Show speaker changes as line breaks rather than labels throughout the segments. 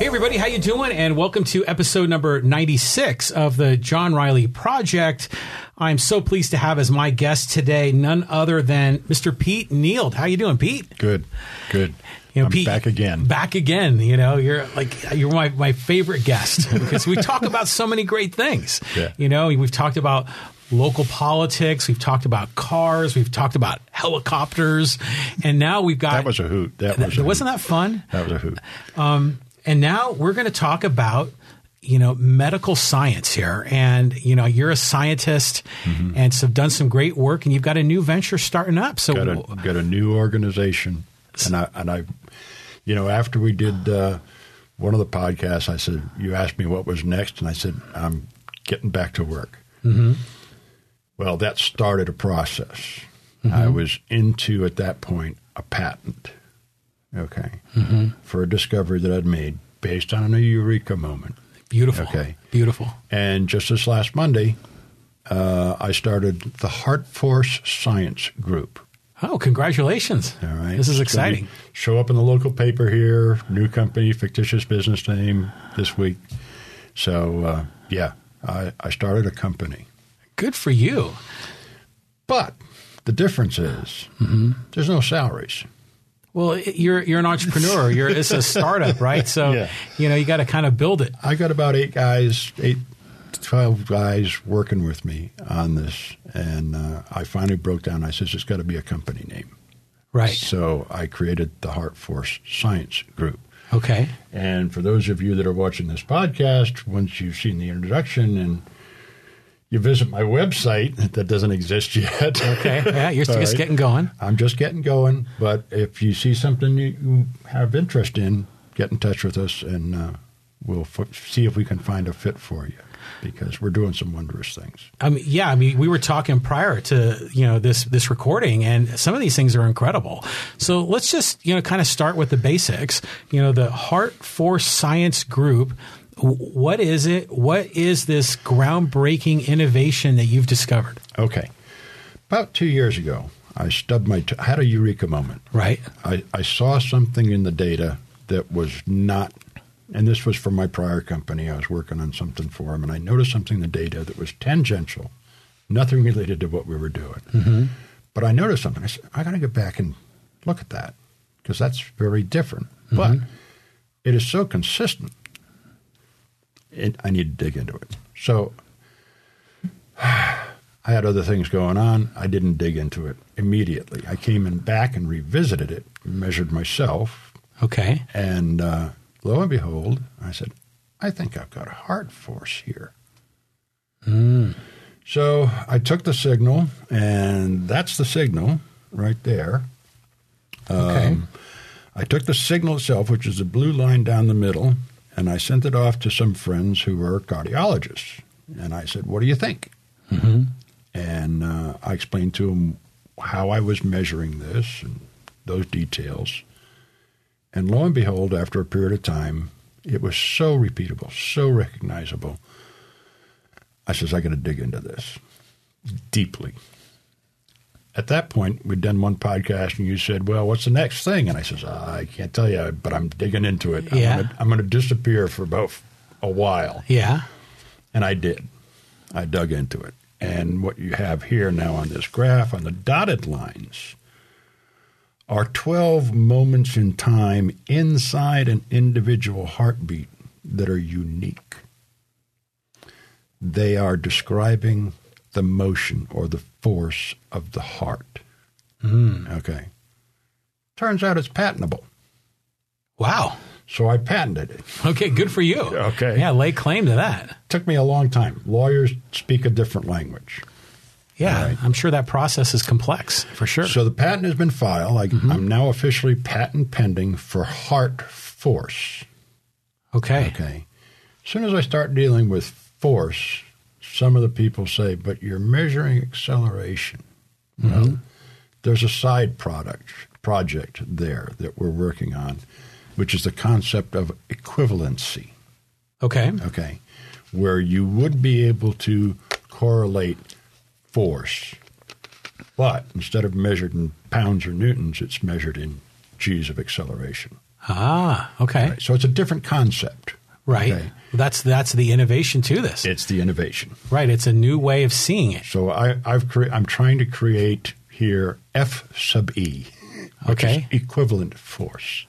Hey everybody, how you doing? And welcome to episode number 96 of the John Riley Project. I'm so pleased to have as my guest today none other than Mr. Pete Neild. How you doing, Pete?
Good, good.
You know,
I'm
Pete,
back again.
Back again. You know, you're like you're my, my favorite guest because we talk about so many great things.
Yeah.
You know, we've talked about local politics, we've talked about cars, we've talked about helicopters, and now we've got
That was a hoot. That was a
Th- wasn't
hoot.
that fun?
That was a hoot.
And now we're going to talk about you know medical science here, and you know you're a scientist
Mm-hmm.
and so have done some great work, and you've got a new venture starting up. So
Got a got a new organization, and I and I, you know, after we did uh, one of the podcasts, I said you asked me what was next, and I said I'm getting back to work. Mm-hmm. Well, that started a process.
Mm-hmm.
I was into at that point a patent, okay,
Mm-hmm.
for a discovery that I'd made based on a eureka moment.
beautiful,
Okay.
beautiful.
And just this last Monday, uh, I started the Heart Force Science Group.
Oh, congratulations!
All right.
this
It's
is
gonna
exciting.
Show up in the local paper here, new company, fictitious business name this week. So, uh, yeah, I, I started a company.
Good for you.
But the difference is
Mm-hmm.
there's no salaries.
Well, it- you're you're an entrepreneur. You're it's a startup, right? So
Yeah.
you know you got to kind of build it.
I got about eight guys, eight to 12 guys working with me on this. And uh, I finally broke down. I says, it's got to be a company name.
Right.
So I created the Heart Force Science Group.
Okay.
And for those of you that are watching this podcast, once you've seen the introduction and you visit my website, that doesn't exist yet.
Okay. Yeah, you're
All
just
right.
getting going.
I'm just getting going, but if you see something you- you have interest in, get in touch with us and uh, we'll f- see if we can find a fit for you because we're doing some wondrous things.
I mean, yeah, I mean, we were talking prior to you know this this recording, and some of these things are incredible. So let's just you know kind of start with the basics. You know, the Heart for Science Group. wh- What is it? What is this groundbreaking innovation that you've discovered?
Okay. About two years ago, I stubbed my t- I had a eureka moment.
Right.
I, I saw something in the data that was not, and this was from my prior company. I was working on something for them, and I noticed something in the data that was tangential, nothing related to what we were doing. But I noticed something. I said, I got to get back and look at that because that's very different. But it is so consistent. It, I need to dig into it. So I had other things going on. I didn't dig into it immediately. I came in back and revisited it, measured myself,
Okay.
and uh, lo and behold, I said, I think I've got a hard force here. So I took the signal, and that's the signal right there.
Okay.
Um, I took the signal itself, which is the blue line down the middle, and I sent it off to some friends who were cardiologists. And I said, What do you think? And uh, I explained to them how I was measuring this and those details. And lo and behold, after a period of time, it was so repeatable, so recognizable. I says, I got to dig into this deeply. At that point, we'd done one podcast, and you said, "Well, what's the next thing?" And I says, "I can't tell you, but I'm digging into it.
Yeah.
I'm going to disappear for about a while."
yeah.
And I did. I dug into it. And what you have here now on this graph, on the dotted lines, are 12 moments in time inside an individual heartbeat that are unique. They are describing the motion or the force of the heart. Okay. Turns out it's patentable.
Wow.
So I patented it.
Okay. Good for you.
Okay.
Yeah. Lay claim to that.
Took me a long time. Lawyers speak a different language.
Yeah.
All right.
I'm sure that process is complex for sure.
So the patent has been filed. I, I'm now officially patent pending for heart force.
okay.
Okay. As soon as I start dealing with force, some of the people say, but you're measuring acceleration. Well, there's a side product project there that we're working on, which is the concept of equivalency.
Okay.
Okay. Where you would be able to correlate force. But instead of measured in pounds or newtons, it's measured in g's of acceleration.
Ah, okay.
So it's a different concept.
Right.
Okay.
That's that's the innovation to this.
It's the innovation.
right. It's a new way of seeing it.
So I, I've cre- I'm trying to create here F sub E, which is
Okay.
equivalent force.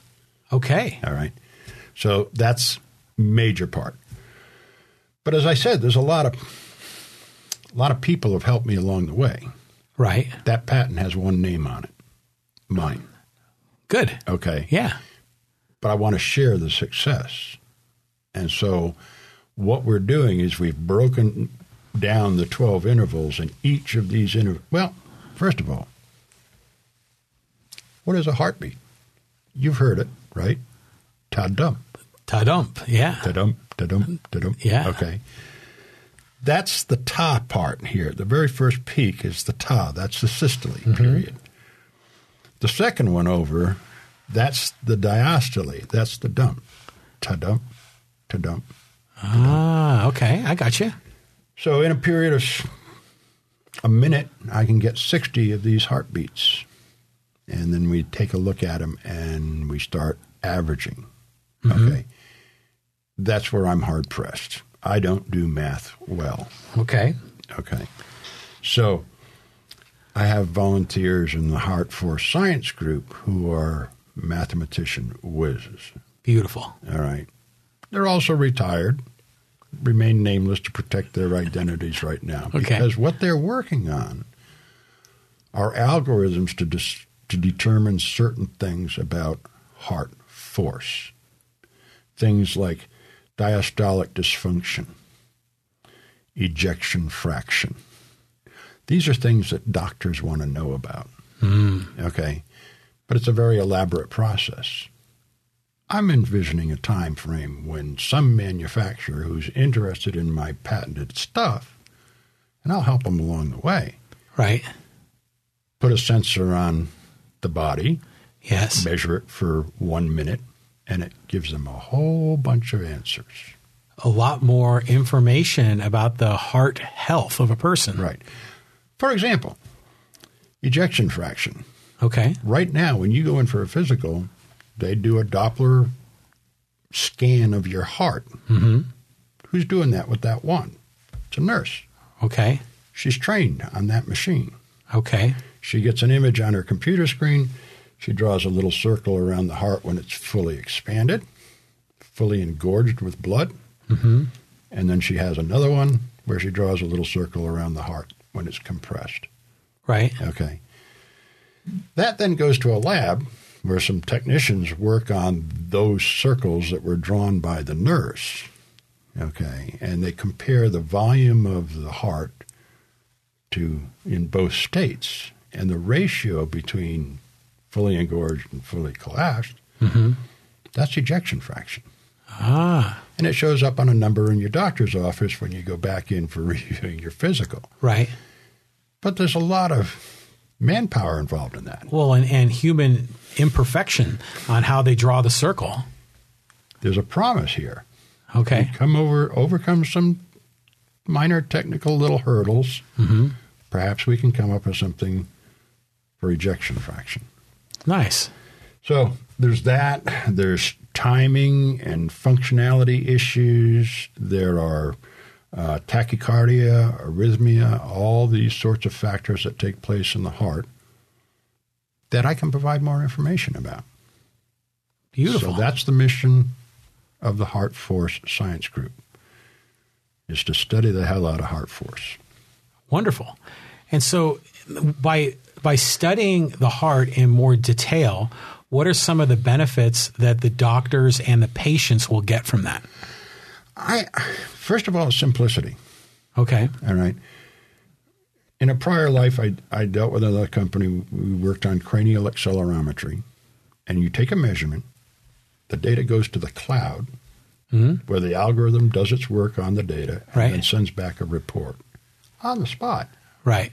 Okay.
All right. So that's major part. But as I said, there's a lot of a lot of people have helped me along the way.
Right.
That patent has one name on it. Mine.
Good.
Okay.
Yeah.
But I want to share the success. And so what we're doing is we've broken down the 12 intervals and each of these intervals. Well, first of all, what is a heartbeat? You've heard it, right? Ta-dum.
Ta dump. Yeah. Um,
Da-dum, da-dum, da-dum.
Yeah.
Okay. That's the ta part here. The very first peak is the ta. That's the systole
Mm-hmm.
period. The second one over, that's the diastole. That's the dump. Ta-dump, ta-dump.
ah, okay. I got you.
So in a period of s- a minute, I can get 60 of these heartbeats. And then we take a look at them and we start averaging. Okay. That's where I'm hard pressed. I don't do math well.
Okay.
Okay. So I have volunteers in the Heart Force Science Group who are mathematician whizzes.
Beautiful.
All right. They're also retired, remain nameless to protect their identities right now.
Okay.
Because what they're working on are algorithms to, dis- to determine certain things about heart force, things like diastolic dysfunction, ejection fraction. These are things that doctors want to know about. Okay. But it's a very elaborate process. I'm envisioning a time frame when some manufacturer who's interested in my patented stuff, and I'll help them along the way,
Right.
put a sensor on the body,
Yes.
measure it for one minute, and it gives them a whole bunch of answers.
A lot more information about the heart health of a person.
Right. For example, ejection fraction.
Okay.
Right now, when you go in for a physical, they do a Doppler scan of your heart. Mm-hmm. Who's doing that with that one? It's a nurse.
Okay.
She's trained on that machine.
Okay.
She gets an image on her computer screen. She draws a little circle around the heart when it's fully expanded, fully engorged with blood. Mm-hmm. And then she has another one where she draws a little circle around the heart when it's compressed.
Right.
Okay. That then goes to a lab where some technicians work on those circles that were drawn by the nurse. Okay. And they compare the volume of the heart to in both states and the ratio between fully engorged and fully collapsed. That's ejection fraction.
Ah.
And it shows up on a number in your doctor's office when you go back in for reviewing your physical.
Right.
But there's a lot of manpower involved in that.
Well, and, and human imperfection on how they draw the circle.
There's a promise here.
Okay.
Come over, overcome some minor technical little hurdles. Perhaps we can come up with something for ejection fraction. Mm-hmm.
Nice.
So there's that. There's timing and functionality issues. There are uh, tachycardia, arrhythmia, all these sorts of factors that take place in the heart that I can provide more information about.
Beautiful.
So that's the mission of the Heart Force Science Group is to study the hell out of heart force.
Wonderful. And so by by studying the heart in more detail, what are some of the benefits that the doctors and the patients will get from that?
I first of all simplicity.
Okay.
All right. In a prior life, I, I dealt with another company. We worked on cranial accelerometry, and you take a measurement. The data goes to the cloud, where the algorithm does its work on the data and
Mm-hmm. Right.
then sends back a report on the spot.
Right.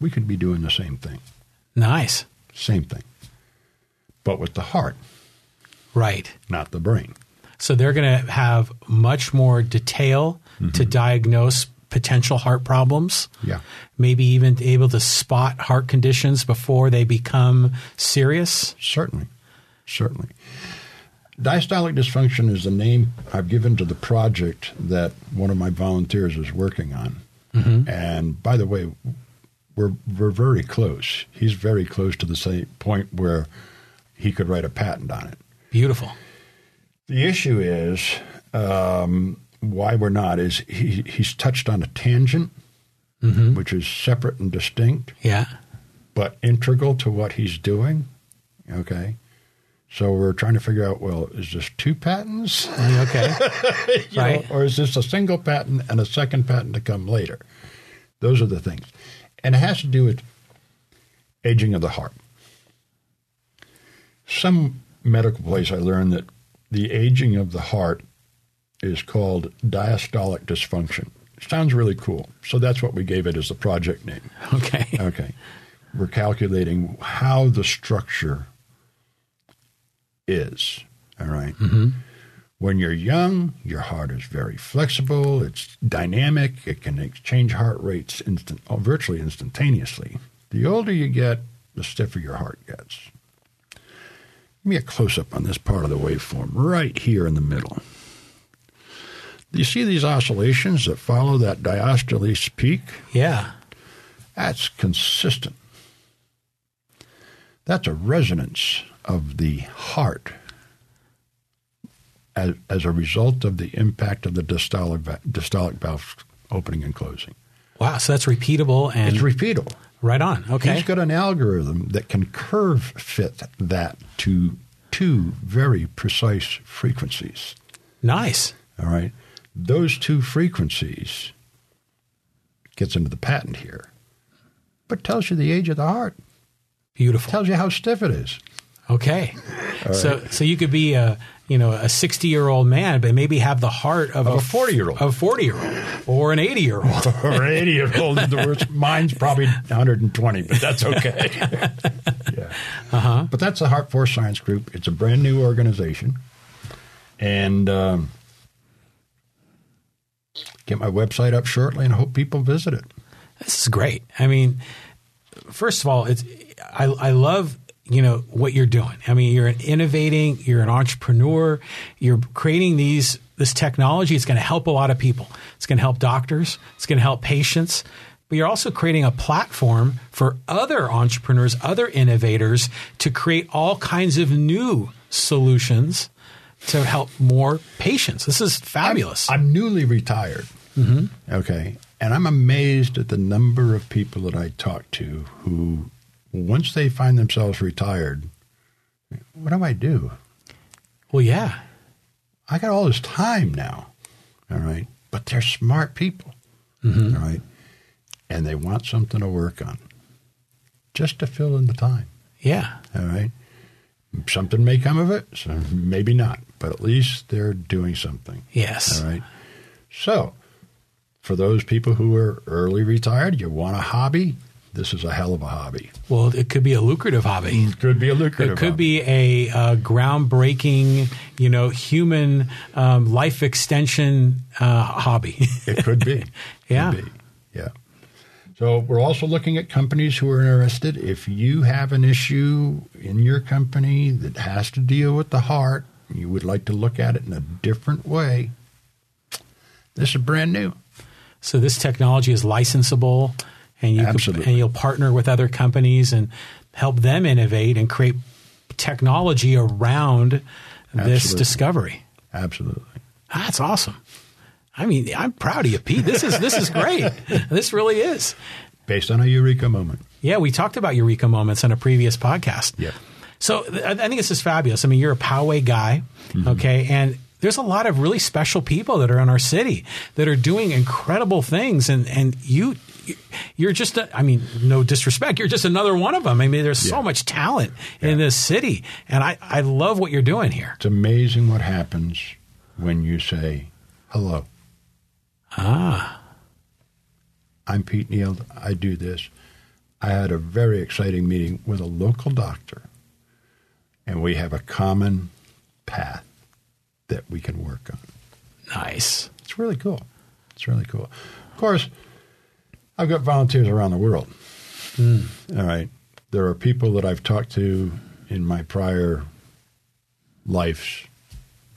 We could be doing the same thing,
Nice.
same thing, but with the heart,
Right.
not the brain.
So they're going to have much more detail to diagnose potential heart problems.
Mm-hmm. Yeah.
Maybe even able to spot heart conditions before they become serious.
Certainly, certainly. Diastolic dysfunction is the name I've given to the project that one of my volunteers is working on. And by the way, we're we're very close. He's very close to the same point where he could write a patent on it.
Beautiful.
The issue is um, why we're not is he, he's touched on a tangent, which is separate and distinct
Yeah.
but integral to what he's doing. Okay. So we're trying to figure out well, is this two patents?
Okay.
You know,
Right.
or is this a single patent and a second patent to come later? Those are the things. And it has to do with aging of the heart. Some medical place I learned that the aging of the heart is called diastolic dysfunction. Sounds really cool. So that's what we gave it as the project name.
Okay.
Okay. We're calculating how the structure is. All right? When you're young, your heart is very flexible, it's dynamic, it can ex- change heart rates instant, oh, virtually instantaneously. The older you get, the stiffer your heart gets. Give me a close up on this part of the waveform right here in the middle. You see these oscillations that follow that diastolese peak?
Yeah.
That's consistent. That's a resonance of the heart as, as a result of the impact of the dystolic, va- dystolic valve opening and closing.
Wow. So that's repeatable and
It's repeatable.
right on. Okay.
He's got an algorithm that can curve fit that to two very precise frequencies.
Nice.
All right. Those two frequencies gets into the patent here, but tells you the age of the heart.
Beautiful.
tells you how stiff it is.
Okay. So so you could be a you know a sixty year old man, but maybe have the heart of,
Of a 40-year-old.
of forty year old, or an eighty year old.
Or 80 years old is the worst. Mine's probably 120, but that's okay. yeah. uh-huh. But that's the Heart Force Science Group. It's a brand new organization. And um, get my website up shortly and hope people visit it.
This is great. I mean, first of all, it's I I love you know what you're doing. I mean, you're an innovating, you're an entrepreneur, you're creating these this technology. It's going to help a lot of people. It's going to help doctors. It's going to help patients. But you're also creating a platform for other entrepreneurs, other innovators to create all kinds of new solutions to help more patients. This is fabulous.
I'm newly retired. Okay. And I'm amazed at the number of people that I talk to who, once they find themselves retired, what do I do?
well, yeah.
I got all this time now. All right. But they're smart people. all right. And they want something to work on just to fill in the time.
Yeah.
All right. Something may come of it, so maybe not, but at least they're doing something.
Yes.
All right. So, for those people who are early retired, you want a hobby, this is a hell of a hobby.
Well, it could be a lucrative hobby.
Could be a lucrative
It could be a uh, groundbreaking, you know, human um, life extension uh, hobby.
It could be.
Yeah.
Could be. Yeah. So we're also looking at companies who are interested. If you have an issue in your company that has to deal with the heart, you would like to look at it in a different way. This is brand new.
so this technology is licensable, and you could,
Absolutely.
and you'll partner with other companies and help them innovate and create technology around this
Absolutely.
discovery.
Absolutely.
That's awesome. I mean, I'm proud of you, Pete. This is this is great. this really is.
Based on a eureka moment.
Yeah, we talked about Eureka moments on a previous podcast.
Yeah.
So th- I I think this is fabulous. I mean, you're a Poway guy,
Mm-hmm.
okay, and there's a lot of really special people that are in our city that are doing incredible things, and and you. You're just, a, I mean, no disrespect. You're just another one of them. I mean, there's so
Yeah.
much talent in this city, and I, I love what you're doing here.
It's amazing what happens when you say hello. Ah. I'm Pete Neal. I do this. I had a very exciting meeting with a local doctor, and we have a common path that we can work on.
Nice.
It's really cool. It's really cool. Of course, I've got volunteers around the world. All right. There are people that I've talked to in my prior lives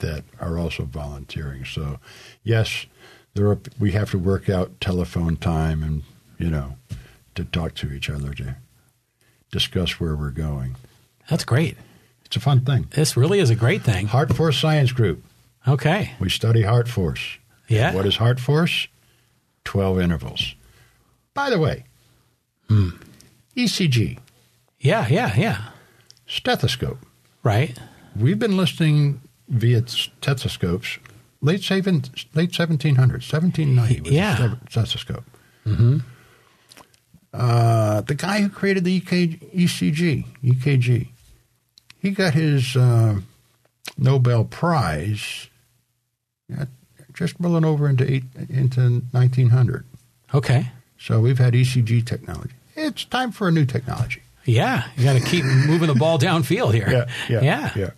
that are also volunteering. So, yes, there are, we have to work out telephone time and you know to talk to each other to discuss where we're going.
That's great.
It's a fun thing.
This really is a great thing.
Heart Force Science Group.
Okay.
We study heart force.
Yeah.
What is heart force? 12 intervals. By the way, E ECG,
Yeah, yeah, yeah.
stethoscope.
Right.
We've been listening via stethoscopes late, seven, late 1700s, 1790 was
Yeah.
the steth- stethoscope. Uh, the guy who created the E EKG, ECG, EKG, he got his uh, Nobel Prize at, just rolling over into eight, into 1900.
Okay.
So we've had ECG technology. It's time for a new technology.
Yeah. You got to keep moving the ball downfield here. Yeah.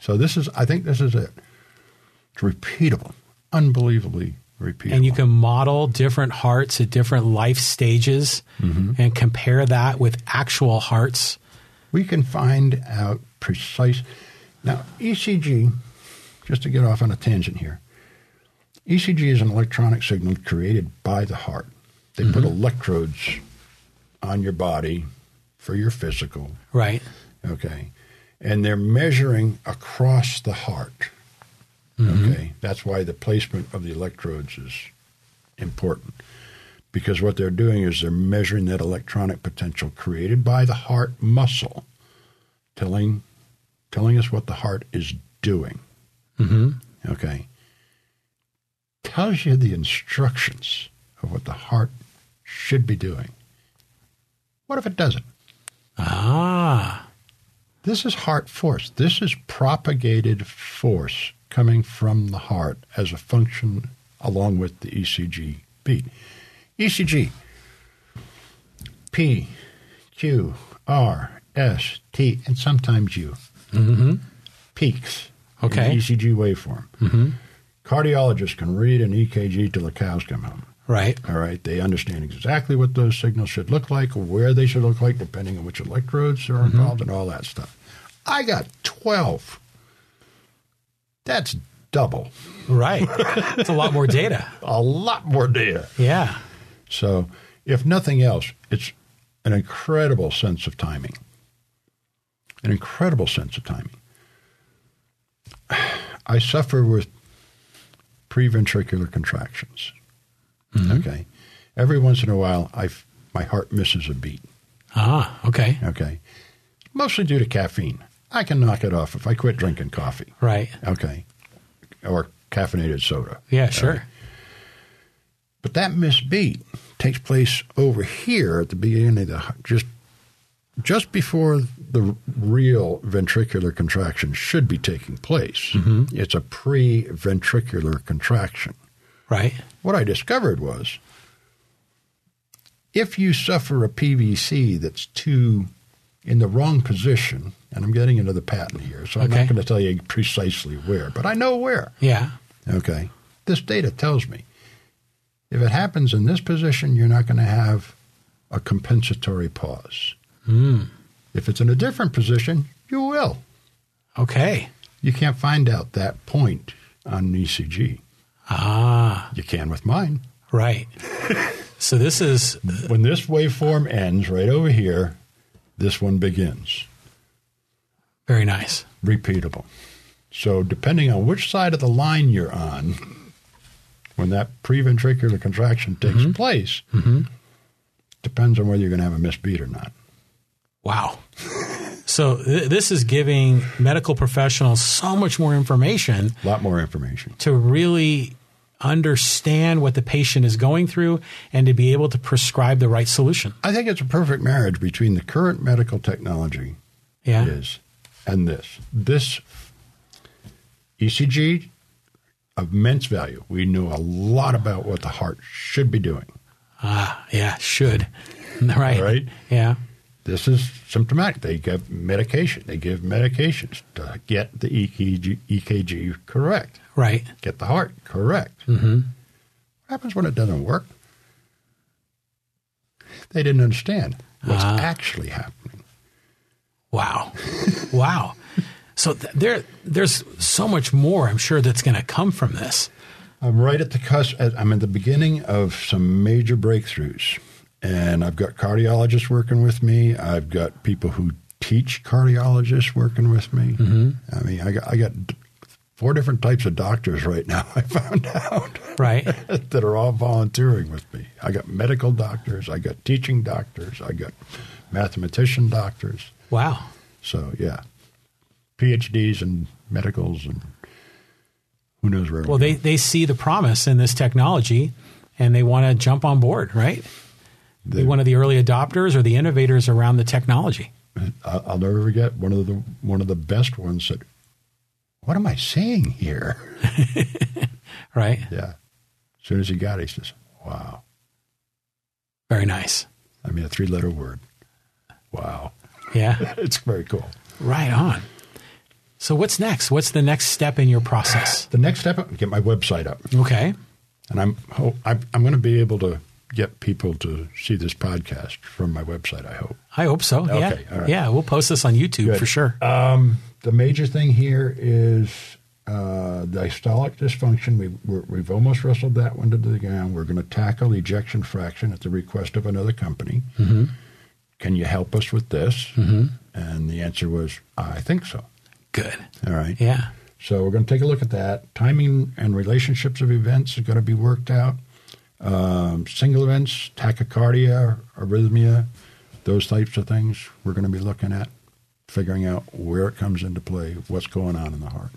So this is, I think this is it. It's repeatable, unbelievably repeatable.
And you can model different hearts at different life stages and compare that with actual hearts.
we can find out precise. Now, ECG, just to get off on a tangent here, ECG is an electronic signal created by the heart. They put
Mm-hmm.
electrodes on your body for your physical,
Right.
okay, and they're measuring across the heart. Okay, that's why the placement of the electrodes is important. Because what they're doing is they're measuring that electronic potential created by the heart muscle, telling telling us what the heart is doing. Mm-hmm. Okay, tells you the instructions of what the heart should be doing. What if it doesn't?
Ah.
This is heart force. This is propagated force coming from the heart as a function along with the ECG beat. ECG P, Q, R, S, T, and sometimes U. Peaks. in
Okay.
the ECG waveform. Cardiologists can read an EKG till the cows come home.
Right.
All right, they understand exactly what those signals should look like, where they should look like, depending on which electrodes are involved, and all that stuff. I got 12. That's double.
Right. It's a lot more data.
A lot more data.
Yeah.
So, if nothing else, it's an incredible sense of timing. An incredible sense of timing. I suffer with preventricular contractions. Okay. Every once in a while, I f- my heart misses a beat.
Ah. Okay.
Okay. Mostly due to caffeine. I can knock it off if I quit drinking coffee.
Right.
Okay. Or caffeinated soda.
Yeah. Sure.
But that misbeat takes place over here at the beginning of the just just before the real ventricular contraction should be taking place. It's a pre-ventricular contraction.
Right.
What I discovered was if you suffer a PVC that's too in the wrong position, and I'm getting into the patent here, so I'm
Okay.
not going to tell you precisely where, but I know where.
Yeah.
Okay. This data tells me if it happens in this position, you're not going to have a compensatory pause. If it's in a different position, you will.
Okay.
You can't find out that point on ECG.
Ah.
You can with mine.
Right. so this is
When this waveform ends right over here, this one begins.
very nice.
Repeatable. So, depending on which side of the line you're on, when that preventricular contraction takes place, depends on whether you're going to have a missed beat or not.
Wow. So th- this is giving medical professionals so much more information
A lot more information.
to really understand what the patient is going through and to be able to prescribe the right solution.
I think it's a perfect marriage between the current medical technology
Yeah.
is and this. This ECG of immense value. We knew a lot about what the heart should be doing.
Ah, yeah, should. Right.
Right.
Yeah.
This is symptomatic. They give medication. They give medications to get the E EKG, EKG correct,
Right.
get the heart correct. Mm-hmm. What happens when it doesn't work? They didn't understand what's actually happening.
Wow. wow. So th- there, there's so much more. I'm sure that's going to come from this.
I'm right at the cusp. at- I'm at the beginning of some major breakthroughs, and I've got cardiologists working with me. I've got people who teach cardiologists working with me. I mean, I got I got d- four different types of doctors right now. I found out
Right.
that are all volunteering with me. I got medical doctors. I got teaching doctors. I got mathematician doctors.
wow.
So yeah, PhDs and medicals and who knows where.
Well, they, they see the promise in this technology and they want to jump on board, right? Be one of the early adopters or the innovators around the technology.
I- I'll never forget one of the one of the best ones said, "What am I saying here?"
Right.
Yeah. As soon as he got it, he says, "Wow."
Very nice.
I mean, a three-letter word. Wow,
Yeah.
it's very cool.
Right on. So what's next? What's the next step in your process?
The next step, get my website up,
Okay.
and I'm ho- I'm, I'm going to be able to get people to see this podcast from my website. I hope.
I hope so.
Okay,
yeah.
all right.
Yeah. We'll post this on YouTube
Good.
for sure.
Um, the major thing here is uh, diastolic dysfunction. We, we're, we've almost wrestled that one to the ground. We're going to tackle ejection fraction at the request of another company. Can you help us with this? And the answer was, I think so.
Good.
All right.
Yeah.
So we're going to take a look at that. Timing and relationships of events is going to be worked out. Um, single events, tachycardia, arrhythmia, those types of things we're going to be looking at, figuring out where it comes into play, what's going on in the heart.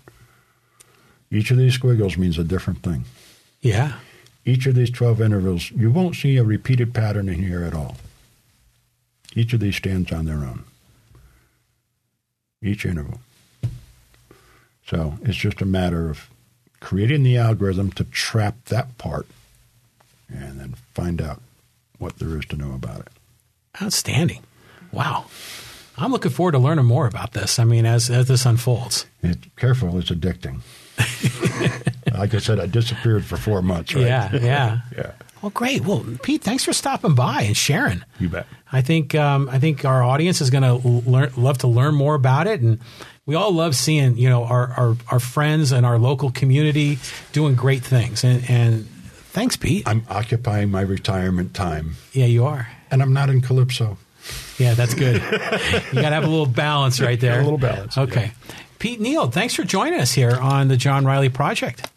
Each of these squiggles means a different thing.
Yeah.
Each of these 12 intervals, you won't see a repeated pattern in here at all. Each of these stands on their own. Each interval. So it's just a matter of creating the algorithm to trap that part and then find out what there is to know about it.
Outstanding. Wow. I'm looking forward to learning more about this. I mean, as, as this unfolds.
It, careful, it's addicting. like I said, I disappeared for four months, right?
Yeah. Yeah.
Yeah.
Well, great. Well, Pete, thanks for stopping by and sharing.
You bet.
I think um, I think our audience is going to learn, love to learn more about it, and we all love seeing you know our our, our friends and our local community doing great things. And, and thanks, Pete.
I'm occupying my retirement time,
Yeah, you are.
and I'm not in Calypso.
Yeah, that's good. you got to have a little balance right there.
A little balance,
Okay. Pete Neal, thanks for joining us here on the John Riley Project.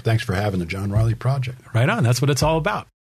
Thanks for having the John Riley Project.
Right on. That's what it's all about.